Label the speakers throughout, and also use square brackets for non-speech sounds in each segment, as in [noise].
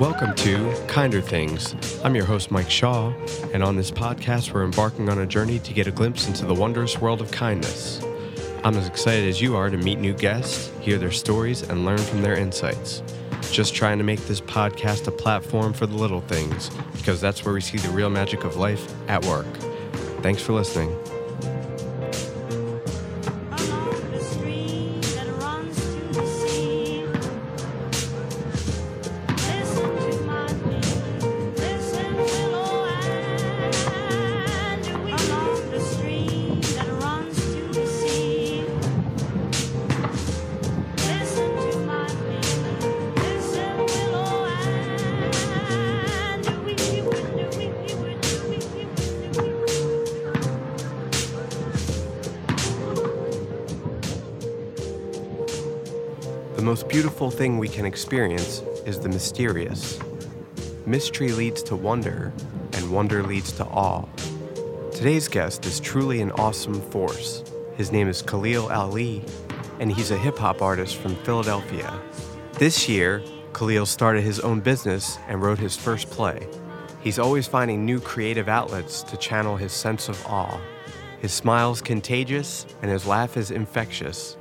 Speaker 1: Welcome to Kinder Things. I'm your host, Mike Shaw, and on this podcast, we're embarking on a journey to get a glimpse into the wondrous world of kindness. I'm as excited as you are to meet new guests, hear their stories, and learn from their insights. Just trying to make this podcast a platform for the little things, because that's where we see the real magic of life at work. Thanks for listening.
Speaker 2: along the stream that runs to the sea. Listen to my name, listen, willow, and we along the stream that runs to the sea. Listen to my name, listen, willow, and we we we
Speaker 1: The most beautiful thing we can experience is the mysterious. Mystery leads to wonder, and wonder leads to awe. Today's guest is truly an awesome force. His name is Khalil Ali, and he's a hip hop artist from Philadelphia. This year, Khalil started his own business and wrote his first play. He's always finding new creative outlets to channel his sense of awe. His smile's contagious, and his laugh is infectious.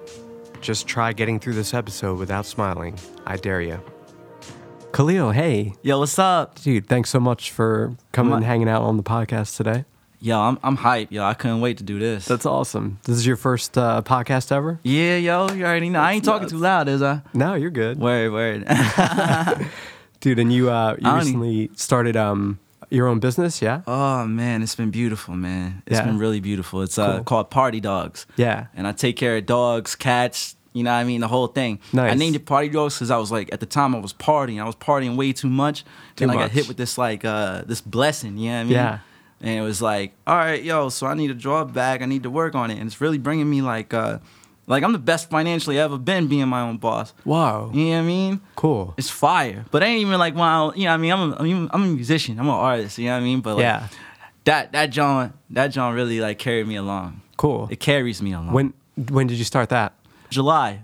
Speaker 1: Just try getting through this episode without smiling. I dare you. Khalil, hey.
Speaker 3: Yo, what's up?
Speaker 1: Dude, thanks so much for coming and hanging out on the podcast today.
Speaker 3: Yo, I'm I'm hype. Yo, I couldn't wait to do this.
Speaker 1: That's awesome. This is your first uh, podcast ever?
Speaker 3: yeah, yo, you already know. I ain't talking too loud, is I?
Speaker 1: No, you're good.
Speaker 3: Word, word. [laughs]
Speaker 1: Dude, and you uh, you
Speaker 3: I don't
Speaker 1: recently started um your own business, yeah?
Speaker 3: oh man, it's been beautiful, man. It's
Speaker 1: Yeah.
Speaker 3: been really beautiful. It's uh,
Speaker 1: Cool.
Speaker 3: called Party Dogs.
Speaker 1: Yeah.
Speaker 3: and I take care of dogs, cats. You know what I mean? The whole thing. I
Speaker 1: Nice.
Speaker 3: named it Party Dogs because I was like, at the time I was partying. I was partying way too much.
Speaker 1: Too
Speaker 3: then I
Speaker 1: much.
Speaker 3: got hit with this like uh this blessing. You know what I mean?
Speaker 1: Yeah.
Speaker 3: And it was like, all right, yo, so I need to draw it back. I need to work on it. And it's really bringing me like uh like I'm the best financially I've ever been being my own boss.
Speaker 1: Wow.
Speaker 3: You know what I mean?
Speaker 1: Cool.
Speaker 3: It's fire. But I ain't even like my own, you know what I mean? I'm a, I mean, I'm a musician. I'm an artist, you know what I mean? But like
Speaker 1: Yeah.
Speaker 3: that that John that John really like carried me along.
Speaker 1: Cool.
Speaker 3: It carries me along.
Speaker 1: When when did you start that?
Speaker 3: July.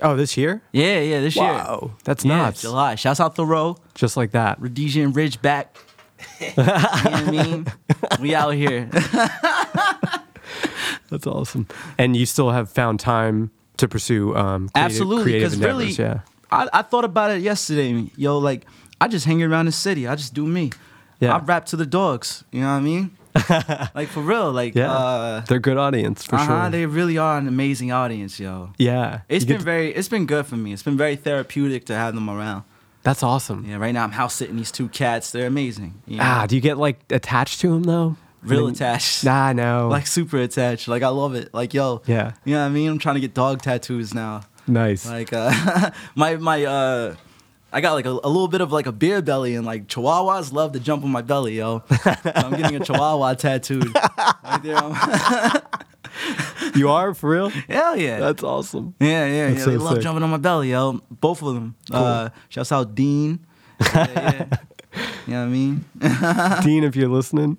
Speaker 1: Oh, this year?
Speaker 3: Yeah, yeah, this year.
Speaker 1: Wow, that's
Speaker 3: yeah,
Speaker 1: nuts.
Speaker 3: July. Shouts out Thoreau,
Speaker 1: Just like that.
Speaker 3: Rhodesian Ridgeback. [laughs] you know what I mean? We
Speaker 1: [laughs]
Speaker 3: out here.
Speaker 1: That's awesome. And you still have found time to pursue um creative,
Speaker 3: Absolutely,
Speaker 1: creative
Speaker 3: because really,
Speaker 1: endeavors, yeah.
Speaker 3: I, I thought about it yesterday. Yo, like I just hang around the city. I just do me.
Speaker 1: Yeah.
Speaker 3: I rap to the dogs. You know what
Speaker 1: [laughs]
Speaker 3: I mean? like for real. Like
Speaker 1: Yeah.
Speaker 3: uh,
Speaker 1: They're good audience for
Speaker 3: uh-huh,
Speaker 1: sure.
Speaker 3: they really are an amazing audience, yo.
Speaker 1: yeah.
Speaker 3: It's
Speaker 1: You get
Speaker 3: been
Speaker 1: to-
Speaker 3: very, it's been good for me. It's been very therapeutic to have them around.
Speaker 1: That's awesome.
Speaker 3: Yeah, right now I'm house sitting these two cats. They're amazing. you know?
Speaker 1: Ah, do you get like attached to him though? I
Speaker 3: real
Speaker 1: mean,
Speaker 3: attached.
Speaker 1: Nah, I know.
Speaker 3: like super attached. Like I love it. Like yo,
Speaker 1: Yeah.
Speaker 3: you know what I mean. I'm trying to get dog tattoos now.
Speaker 1: nice.
Speaker 3: Like uh, [laughs] my my uh, I got like a, a little bit of like a beer belly and like Chihuahuas love to jump on my belly,
Speaker 1: [laughs]
Speaker 3: yo. So I'm getting a Chihuahua tattooed. Right
Speaker 1: [laughs]
Speaker 3: there. on-
Speaker 1: you are for real?
Speaker 3: Hell [laughs] yeah.
Speaker 1: That's
Speaker 3: [laughs]
Speaker 1: awesome.
Speaker 3: yeah, yeah,
Speaker 1: that's
Speaker 3: yeah.
Speaker 1: so
Speaker 3: they love
Speaker 1: sick.
Speaker 3: jumping on my belly, yo. Both of them. Uh, shouts
Speaker 1: [laughs]
Speaker 3: out Dean. Yeah, yeah. you know what I mean?
Speaker 1: Dean, if you're listening,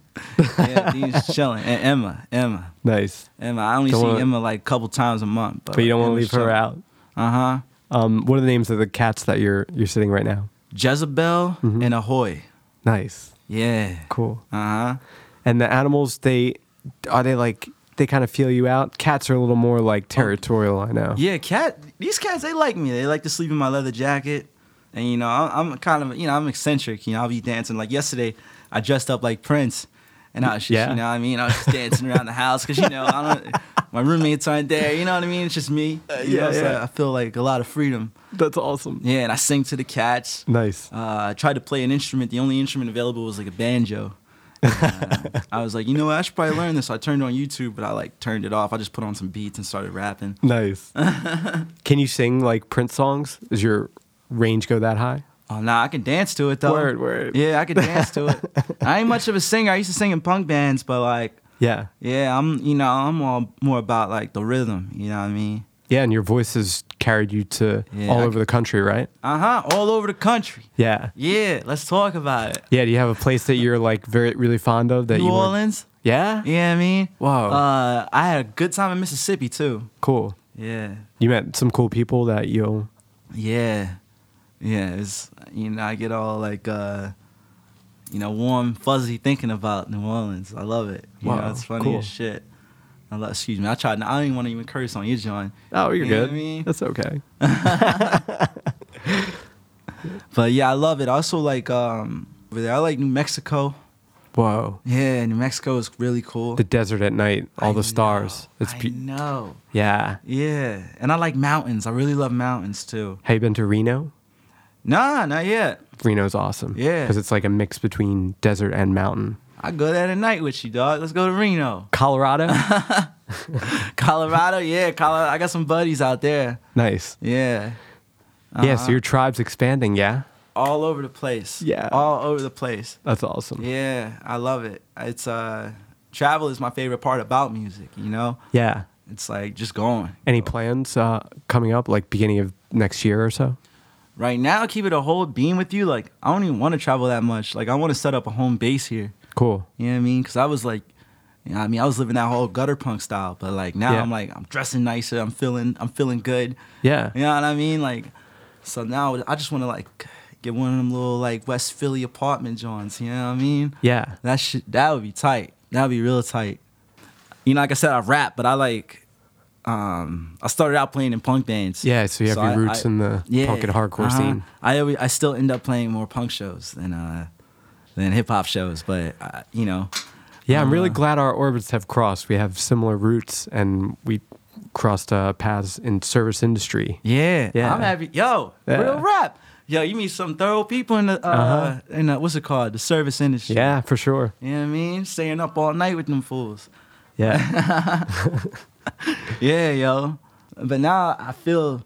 Speaker 3: Yeah,
Speaker 1: [laughs]
Speaker 3: Dean's chilling. And Emma, Emma,
Speaker 1: nice.
Speaker 3: Emma. I only
Speaker 1: Don't
Speaker 3: see
Speaker 1: wanna-
Speaker 3: Emma like a couple times a month. But,
Speaker 1: But you don't want to
Speaker 3: Emma's
Speaker 1: leave her
Speaker 3: chilling.
Speaker 1: out.
Speaker 3: Uh huh.
Speaker 1: Um, what are the names of the cats that you're you're sitting right now?
Speaker 3: Jezebel
Speaker 1: Mm-hmm.
Speaker 3: and Ahoy.
Speaker 1: Nice,
Speaker 3: Yeah.
Speaker 1: cool.
Speaker 3: Uh huh.
Speaker 1: And the animals, they are they like they kind of feel you out. Cats are a little more like territorial. I know.
Speaker 3: Oh. Yeah, cat. These cats, they like me. They like to sleep in my leather jacket, and you know, I'm, I'm kind of, you know, I'm eccentric. You know, I'll be dancing. Like yesterday, I dressed up like Prince, and I was just,
Speaker 1: Yeah.
Speaker 3: you know, what I mean, I was just dancing around the house because you know,
Speaker 1: [laughs]
Speaker 3: I don't, my roommates aren't there. You know what I mean? It's just me. you
Speaker 1: Uh, yeah,
Speaker 3: know, so
Speaker 1: yeah.
Speaker 3: I feel like a lot of freedom.
Speaker 1: that's awesome.
Speaker 3: Yeah, and I sing to the cats.
Speaker 1: Nice.
Speaker 3: Uh, I tried to play an instrument. The only instrument available was like a banjo. And, uh, [laughs] I was like, you know what? I should probably learn this. So I turned on YouTube, but I like turned it off. I just put on some beats and started rapping. [laughs]
Speaker 1: Nice. Can you sing like Prince songs? Does your range go that high?
Speaker 3: Oh, nah, I can dance to it though.
Speaker 1: Word, word.
Speaker 3: Yeah, I can dance
Speaker 1: [laughs]
Speaker 3: to it. I ain't much of a singer. I used to sing in punk bands, but like,
Speaker 1: Yeah.
Speaker 3: yeah, I'm, you know, I'm all more about like the rhythm. You know what I mean?
Speaker 1: Yeah, and your voice has carried you to
Speaker 3: Yeah,
Speaker 1: all
Speaker 3: I
Speaker 1: over the country, right?
Speaker 3: Uh huh. All over the country.
Speaker 1: Yeah.
Speaker 3: Yeah, let's talk about it.
Speaker 1: Yeah. Do you have a place that you're like very really fond of that
Speaker 3: New
Speaker 1: you? wanna-
Speaker 3: Orleans.
Speaker 1: Yeah.
Speaker 3: You know what I mean?
Speaker 1: Wow.
Speaker 3: Uh, I had a good time in Mississippi too.
Speaker 1: Cool.
Speaker 3: Yeah.
Speaker 1: You met some cool people that you'll.
Speaker 3: Yeah. yeah, it's you know I get all like uh, you know warm fuzzy thinking about New Orleans. I love it. You
Speaker 1: Wow,
Speaker 3: know, it's funny
Speaker 1: cool.
Speaker 3: as shit. I love, excuse me. I tried. I didn't want to even curse on you, John.
Speaker 1: Oh, you're
Speaker 3: You know
Speaker 1: good.
Speaker 3: what I mean?
Speaker 1: That's okay.
Speaker 3: But yeah, I love it. Also, like um, over there, I like New Mexico.
Speaker 1: Whoa.
Speaker 3: Yeah, New Mexico is really cool.
Speaker 1: The desert at night, all
Speaker 3: I
Speaker 1: the stars.
Speaker 3: Know,
Speaker 1: It's
Speaker 3: I
Speaker 1: be-
Speaker 3: know.
Speaker 1: yeah.
Speaker 3: Yeah, and I like mountains. I really love mountains too.
Speaker 1: Have you been to Reno?
Speaker 3: Nah, not yet.
Speaker 1: Reno's awesome.
Speaker 3: Yeah.
Speaker 1: Because it's like a mix between desert and mountain.
Speaker 3: I go there tonight with you, dog. Let's go to Reno, [laughs]
Speaker 1: Colorado?
Speaker 3: Colorado. Yeah, Colorado. I got some buddies out there.
Speaker 1: nice.
Speaker 3: Yeah,
Speaker 1: Yeah, so your tribe's expanding, yeah?
Speaker 3: all over the place.
Speaker 1: Yeah.
Speaker 3: all over the place.
Speaker 1: That's awesome.
Speaker 3: Yeah, I love it. It's uh, travel is my favorite part about music. You know,
Speaker 1: Yeah.
Speaker 3: it's like just going.
Speaker 1: Any plans uh, coming up, like beginning of next year or so?
Speaker 3: Right now, keep it a whole beam with you. Like I don't even want to travel that much. Like I want to set up a home base here.
Speaker 1: Cool.
Speaker 3: You know what I mean? Because I was like, you know, what I mean, I was living that whole gutter punk style, but like now
Speaker 1: Yeah.
Speaker 3: I'm like, I'm dressing nicer. I'm feeling, I'm feeling good.
Speaker 1: Yeah.
Speaker 3: You know what I mean? Like, so now I just want to like get one of them little like West Philly apartment joints. You know what I mean?
Speaker 1: Yeah.
Speaker 3: That shit, that would be tight. That would be real tight. You know, like I said, I rap, but I like, um, I started out playing in punk bands.
Speaker 1: Yeah, so you have your roots in the punk and hardcore
Speaker 3: uh-huh.
Speaker 1: scene.
Speaker 3: I always, I still end up playing more punk shows than uh, than hip hop shows, but uh, you know,
Speaker 1: Yeah, I'm really
Speaker 3: Uh,
Speaker 1: glad our orbits have crossed. We have similar roots and we crossed uh, paths in service industry.
Speaker 3: Yeah,
Speaker 1: Yeah.
Speaker 3: I'm happy. Yo,
Speaker 1: Yeah.
Speaker 3: real rap. Yo, you meet some thorough people in the uh,
Speaker 1: Uh-huh.
Speaker 3: in the, what's it called? The service industry.
Speaker 1: Yeah, for sure.
Speaker 3: You know what I mean? Staying up all night with them fools.
Speaker 1: [laughs] Yeah.
Speaker 3: Yeah, yo. But now I feel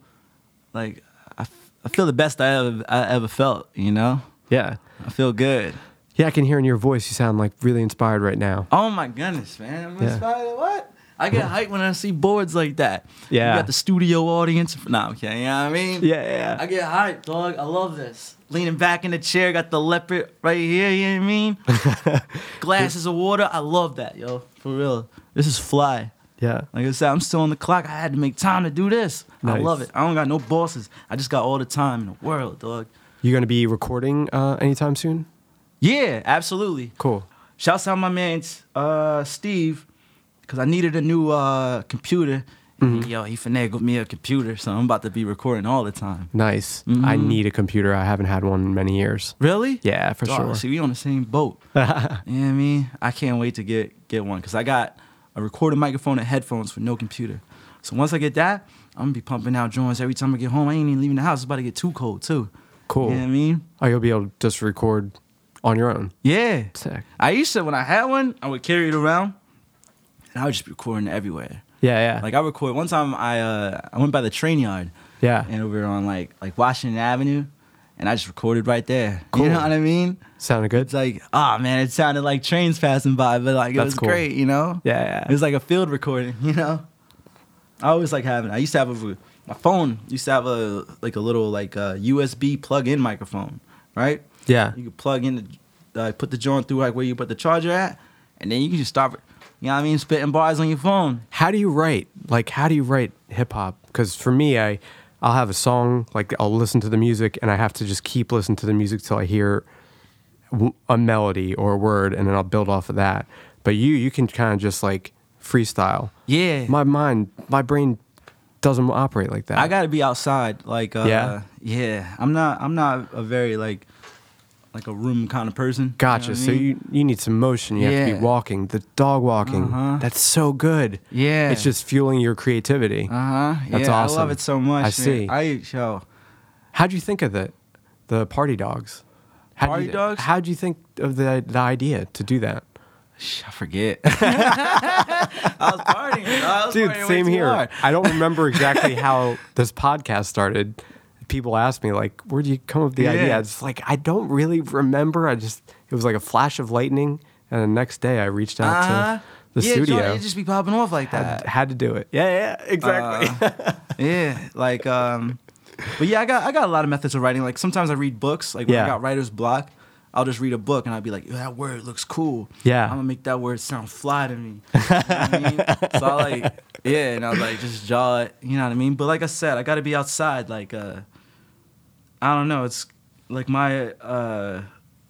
Speaker 3: like I, f- I feel the best I ever I ever felt. You know,
Speaker 1: yeah.
Speaker 3: I feel good.
Speaker 1: Yeah, I can hear in your voice you sound like really inspired right now.
Speaker 3: Oh my goodness, man! I'm
Speaker 1: Yeah.
Speaker 3: inspired. What? I get hyped when I see boards like that.
Speaker 1: Yeah.
Speaker 3: You got the studio audience. Nah, okay. You know what I mean?
Speaker 1: Yeah, yeah.
Speaker 3: I get hyped, dog. I love this. Leaning back in the chair, got the leopard right here, you know what I mean?
Speaker 1: [laughs]
Speaker 3: Glasses of water. I love that, yo. For real. This is fly.
Speaker 1: yeah.
Speaker 3: Like I said, I'm still on the clock. I had to make time to do this. I
Speaker 1: Nice.
Speaker 3: love it. I don't got no bosses. I just got all the time in the world, dog.
Speaker 1: You gonna be recording uh, anytime soon?
Speaker 3: Yeah, absolutely.
Speaker 1: Cool.
Speaker 3: Shouts out my man uh, Steve, because I needed a new uh, computer. And Yo, he finagled me a computer, so I'm about to be recording all the time.
Speaker 1: Nice. I need a computer. I haven't had one in many years.
Speaker 3: Really?
Speaker 1: Yeah, for
Speaker 3: Dog,
Speaker 1: sure.
Speaker 3: See, we on the same boat.
Speaker 1: [laughs]
Speaker 3: you know what I mean? I can't wait to get get one because I got a recorded microphone and headphones for no computer. So once I get that, I'm gonna be pumping out joints every time I get home. I ain't even leaving the house. It's about to get too cold too.
Speaker 1: Cool.
Speaker 3: You know what I mean?
Speaker 1: Oh, you'll be able to just record on your own.
Speaker 3: Yeah.
Speaker 1: Sick.
Speaker 3: I used to when I had one, I would carry it around, and I would just be recording everywhere.
Speaker 1: Yeah, yeah.
Speaker 3: Like I record one time I uh I went by the train yard.
Speaker 1: Yeah.
Speaker 3: And over on like like Washington Avenue and I just recorded right there.
Speaker 1: Cool.
Speaker 3: You know what I mean?
Speaker 1: Sounded good.
Speaker 3: It's like, ah man, it sounded like trains passing by, but like it
Speaker 1: That's
Speaker 3: was
Speaker 1: cool.
Speaker 3: great, you know?
Speaker 1: Yeah, yeah.
Speaker 3: It was like a field recording, [laughs] you know? I always like having I used to have a my phone used to have a like a little like uh USB plug in microphone, right?
Speaker 1: yeah.
Speaker 3: You could plug in the, uh, put the joint through like where you put the charger at, and then you can just start, you know what I mean, spitting bars on your phone.
Speaker 1: How do you write? Like, how do you write hip hop? Because for me, I, I'll have a song, like I'll listen to the music, and I have to just keep listening to the music till I hear w- a melody or a word, and then I'll build off of that. But you, you can kind of just like freestyle.
Speaker 3: Yeah.
Speaker 1: My mind, my brain doesn't operate like that.
Speaker 3: I gotta be outside. Like uh
Speaker 1: Yeah?
Speaker 3: yeah. I'm not I'm not a very like like a room kind of person.
Speaker 1: Gotcha.
Speaker 3: You know what I
Speaker 1: So
Speaker 3: mean?
Speaker 1: you you need some motion. You have to
Speaker 3: Yeah.
Speaker 1: be walking. The dog walking.
Speaker 3: Uh-huh.
Speaker 1: That's so good.
Speaker 3: Yeah.
Speaker 1: It's just fueling your creativity.
Speaker 3: Uh huh.
Speaker 1: That's
Speaker 3: yeah,
Speaker 1: awesome.
Speaker 3: I love it so much.
Speaker 1: I
Speaker 3: man.
Speaker 1: see.
Speaker 3: I yo.
Speaker 1: How'd you think of the the party dogs? How'd
Speaker 3: Party
Speaker 1: you,
Speaker 3: dogs?
Speaker 1: How'd you think of the the idea to do that?
Speaker 3: sh-
Speaker 1: [laughs]
Speaker 3: I forget. [laughs] I was partying. I was
Speaker 1: Dude,
Speaker 3: partying way
Speaker 1: same
Speaker 3: too
Speaker 1: here.
Speaker 3: hard.
Speaker 1: I don't remember
Speaker 3: [laughs]
Speaker 1: exactly how this podcast started. People ask me like, "Where do you come up with the idea?"
Speaker 3: Yeah.
Speaker 1: I just like I don't really remember. I just it was like a flash of lightning, and the next day I reached out
Speaker 3: Uh-huh.
Speaker 1: to the
Speaker 3: yeah,
Speaker 1: studio.
Speaker 3: Jordan, you just be popping off like
Speaker 1: had,
Speaker 3: that. Uh,
Speaker 1: had to do it. Yeah, yeah, exactly.
Speaker 3: yeah, like um, but yeah, I got I got a lot of methods of writing. Like sometimes I read books. Like when
Speaker 1: Yeah.
Speaker 3: I got writer's block, I'll just read a book and I'll be like, Yo, that word looks cool.
Speaker 1: Yeah.
Speaker 3: I'm gonna make that word sound fly to me. You know what I mean? So I like yeah, and I was like just jaw it. You know what I mean? But like I said, I got to be outside. Like uh, I don't know. It's like my uh,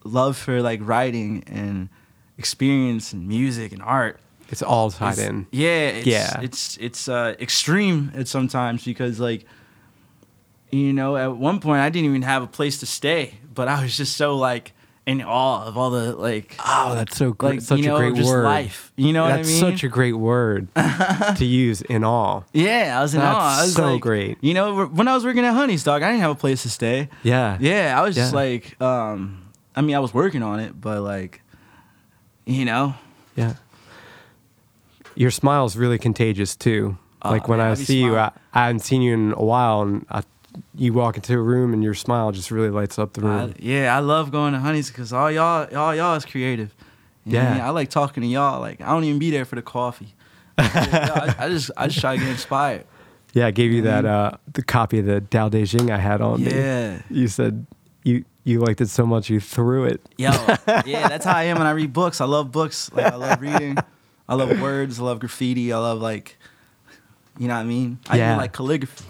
Speaker 3: love for like writing and experience and music and art.
Speaker 1: It's all tied
Speaker 3: is-
Speaker 1: in.
Speaker 3: Yeah, it's,
Speaker 1: Yeah.
Speaker 3: It's it's uh, extreme at sometimes because like, you know, at one point I didn't even have a place to stay, but I was just so like in awe of all the like.
Speaker 1: Oh, that's so great.
Speaker 3: Like,
Speaker 1: such
Speaker 3: you know,
Speaker 1: a great
Speaker 3: just
Speaker 1: word.
Speaker 3: life. You know what I
Speaker 1: that's
Speaker 3: mean?
Speaker 1: such a great
Speaker 3: [laughs]
Speaker 1: word to use in all.
Speaker 3: Yeah, I was in
Speaker 1: That's
Speaker 3: awe. I was
Speaker 1: so
Speaker 3: like-
Speaker 1: great.
Speaker 3: You know, when I was working at Honey's, dog, I didn't have a place to stay.
Speaker 1: Yeah.
Speaker 3: Yeah, I was just
Speaker 1: Yeah.
Speaker 3: like, um, I mean, I was working on it, but like, you know,
Speaker 1: Yeah. Your smile's really contagious too.
Speaker 3: Aw,
Speaker 1: like when
Speaker 3: Oh, man,
Speaker 1: I
Speaker 3: I be
Speaker 1: see you, I,
Speaker 3: smiling.
Speaker 1: I haven't seen you in a while, and I, you walk into a room and your smile just really lights up the room.
Speaker 3: I, yeah, I love going to Honey's because all y'all, all y'all is creative. You know what I
Speaker 1: Yeah.
Speaker 3: mean? I like talking to y'all. Like, I don't even be there for
Speaker 1: [laughs]
Speaker 3: the coffee. I, I just, I just try to get inspired.
Speaker 1: yeah, I gave you that uh, the copy of the Dao De Jing I had on me.
Speaker 3: Mm-hmm. Yeah.
Speaker 1: You said you you liked it so much you threw it.
Speaker 3: Yo, yeah, that's how I am when I read books. I love books. Like I love reading.
Speaker 1: [laughs]
Speaker 3: I love words. I love graffiti. I love like, you know what I mean? I
Speaker 1: Yeah.
Speaker 3: even like calligraphy.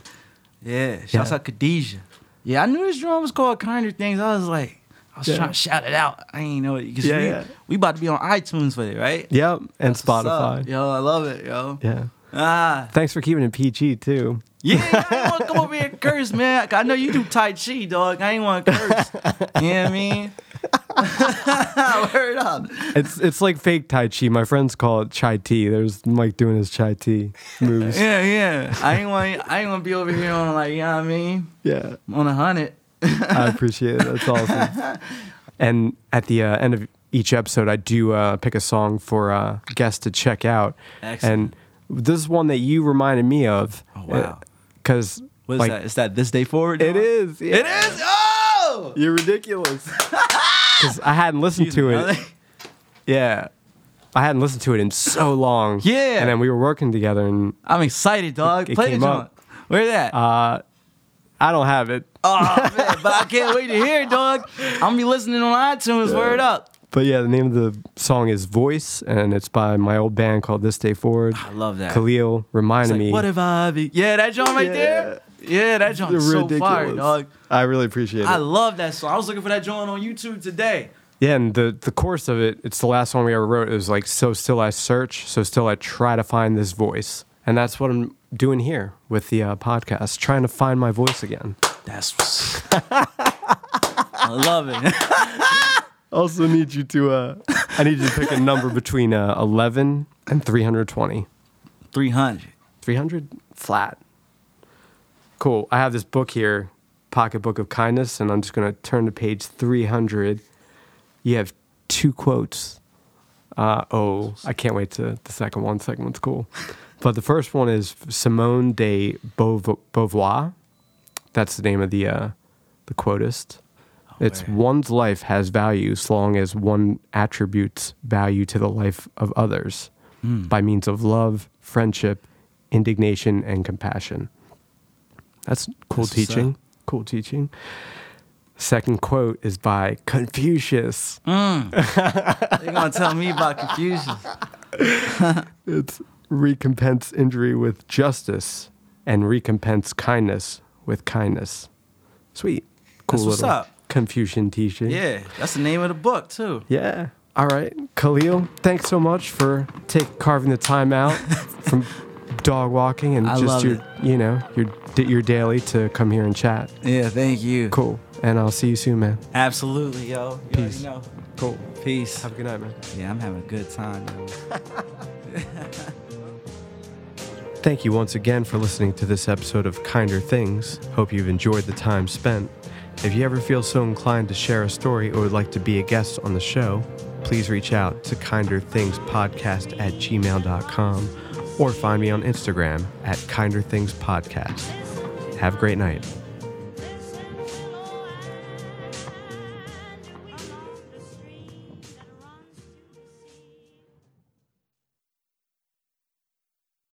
Speaker 3: Yeah. Shouts
Speaker 1: Yeah.
Speaker 3: out Khadijah. Yeah, I knew this drum was called Kinder Things. I was like, I was
Speaker 1: Yeah.
Speaker 3: trying to shout it out. I ain't know it because
Speaker 1: Yeah,
Speaker 3: we,
Speaker 1: yeah.
Speaker 3: we about to be on iTunes with it, right?
Speaker 1: Yep, and
Speaker 3: That's what's up.
Speaker 1: Spotify.
Speaker 3: Yo, I love it, yo.
Speaker 1: Yeah.
Speaker 3: Ah,
Speaker 1: Thanks for keeping it PG too.
Speaker 3: yeah, I ain't want to come over here and curse, man. I know you do Tai Chi, dog. I ain't want to curse. you know what I mean? [laughs] Word up.
Speaker 1: It's it's like fake Tai Chi. My friends call it Chai Tea. There's Mike doing his Chai Tea
Speaker 3: [laughs]
Speaker 1: moves.
Speaker 3: Yeah, yeah. I ain't want I ain't want to be over here on like, you know what I mean?
Speaker 1: yeah.
Speaker 3: On a hundred.
Speaker 1: I appreciate it. That's awesome. and at the uh, end of each episode, I do uh, pick a song for uh, guests to check out.
Speaker 3: Excellent.
Speaker 1: And this is one that you reminded me of.
Speaker 3: Oh, wow.
Speaker 1: Because
Speaker 3: What is that? Is that this day forward?
Speaker 1: It is.
Speaker 3: It is. Oh.
Speaker 1: You're ridiculous.
Speaker 3: [laughs]
Speaker 1: Because I hadn't listened to it. Yeah. I hadn't listened to it in so long.
Speaker 3: Yeah.
Speaker 1: And then we were working together, and
Speaker 3: I'm excited, dog.
Speaker 1: It- it
Speaker 3: Play
Speaker 1: came
Speaker 3: the joint.
Speaker 1: up. Uh.
Speaker 3: Where that?
Speaker 1: I don't have it.
Speaker 3: oh man, but I can't wait to hear it, dog. I'm gonna be listening on iTunes. Word up.
Speaker 1: But yeah, the name of the song is Voice, and it's by my old band called This Day Forward.
Speaker 3: I love that.
Speaker 1: Khalil reminded
Speaker 3: Oh, It's like,
Speaker 1: me.
Speaker 3: what if I be? Yeah, that joint right there. Yeah, that joint is so fire, dog.
Speaker 1: I really appreciate it.
Speaker 3: I love that song. I was looking for that joint on YouTube today.
Speaker 1: yeah, and the the course of it, it's the last one we ever wrote. It was like, so still I search, so still I try to find this voice, and that's what I'm doing here with the uh, podcast, trying to find my voice again.
Speaker 3: That's. [laughs] what's- I love it. [laughs]
Speaker 1: Also need you to, uh, I need you to pick a number between uh, 11 and 320.
Speaker 3: 300.
Speaker 1: 300 flat. Cool. I have this book here, Pocketbook of Kindness, and I'm just going to turn to page 300. You have two quotes. Uh, oh, I can't wait to the second one. Second one's cool. But the first one is Simone de Beauv- Beauvoir. That's the name of the uh, the quotist. it's
Speaker 3: man.
Speaker 1: one's life has value so long as one attributes value to the life of others by means of love, friendship, indignation, and compassion. That's cool
Speaker 3: That's what's up.
Speaker 1: teaching. Cool teaching. Second quote is by Confucius.
Speaker 3: They're gonna tell me about Confucius.
Speaker 1: It's recompense injury with justice and recompense kindness with kindness. Sweet. Cool
Speaker 3: That's what's
Speaker 1: little
Speaker 3: up.
Speaker 1: Confucian teaching.
Speaker 3: Yeah, that's the name of the book too.
Speaker 1: Yeah. All right. Khalil, thanks so much for take carving the time
Speaker 3: [laughs]
Speaker 1: out from dog walking and
Speaker 3: I
Speaker 1: just
Speaker 3: love
Speaker 1: your
Speaker 3: it.
Speaker 1: you know, your your daily to come here and chat.
Speaker 3: Yeah, thank you.
Speaker 1: Cool. And I'll see you soon, man.
Speaker 3: Absolutely, yo. You
Speaker 1: Peace.
Speaker 3: Peace. Know.
Speaker 1: Cool.
Speaker 3: Peace.
Speaker 1: Have a good night, man.
Speaker 3: Yeah, I'm having a good time. Yo.
Speaker 1: Thank you once again for listening to this episode of Kinder Things. Hope you've enjoyed the time spent. If you ever feel so inclined to share a story or would like to be a guest on the show, please reach out to kinderthingspodcast at gmail.com or find me on Instagram at kinderthingspodcast. Have a great night.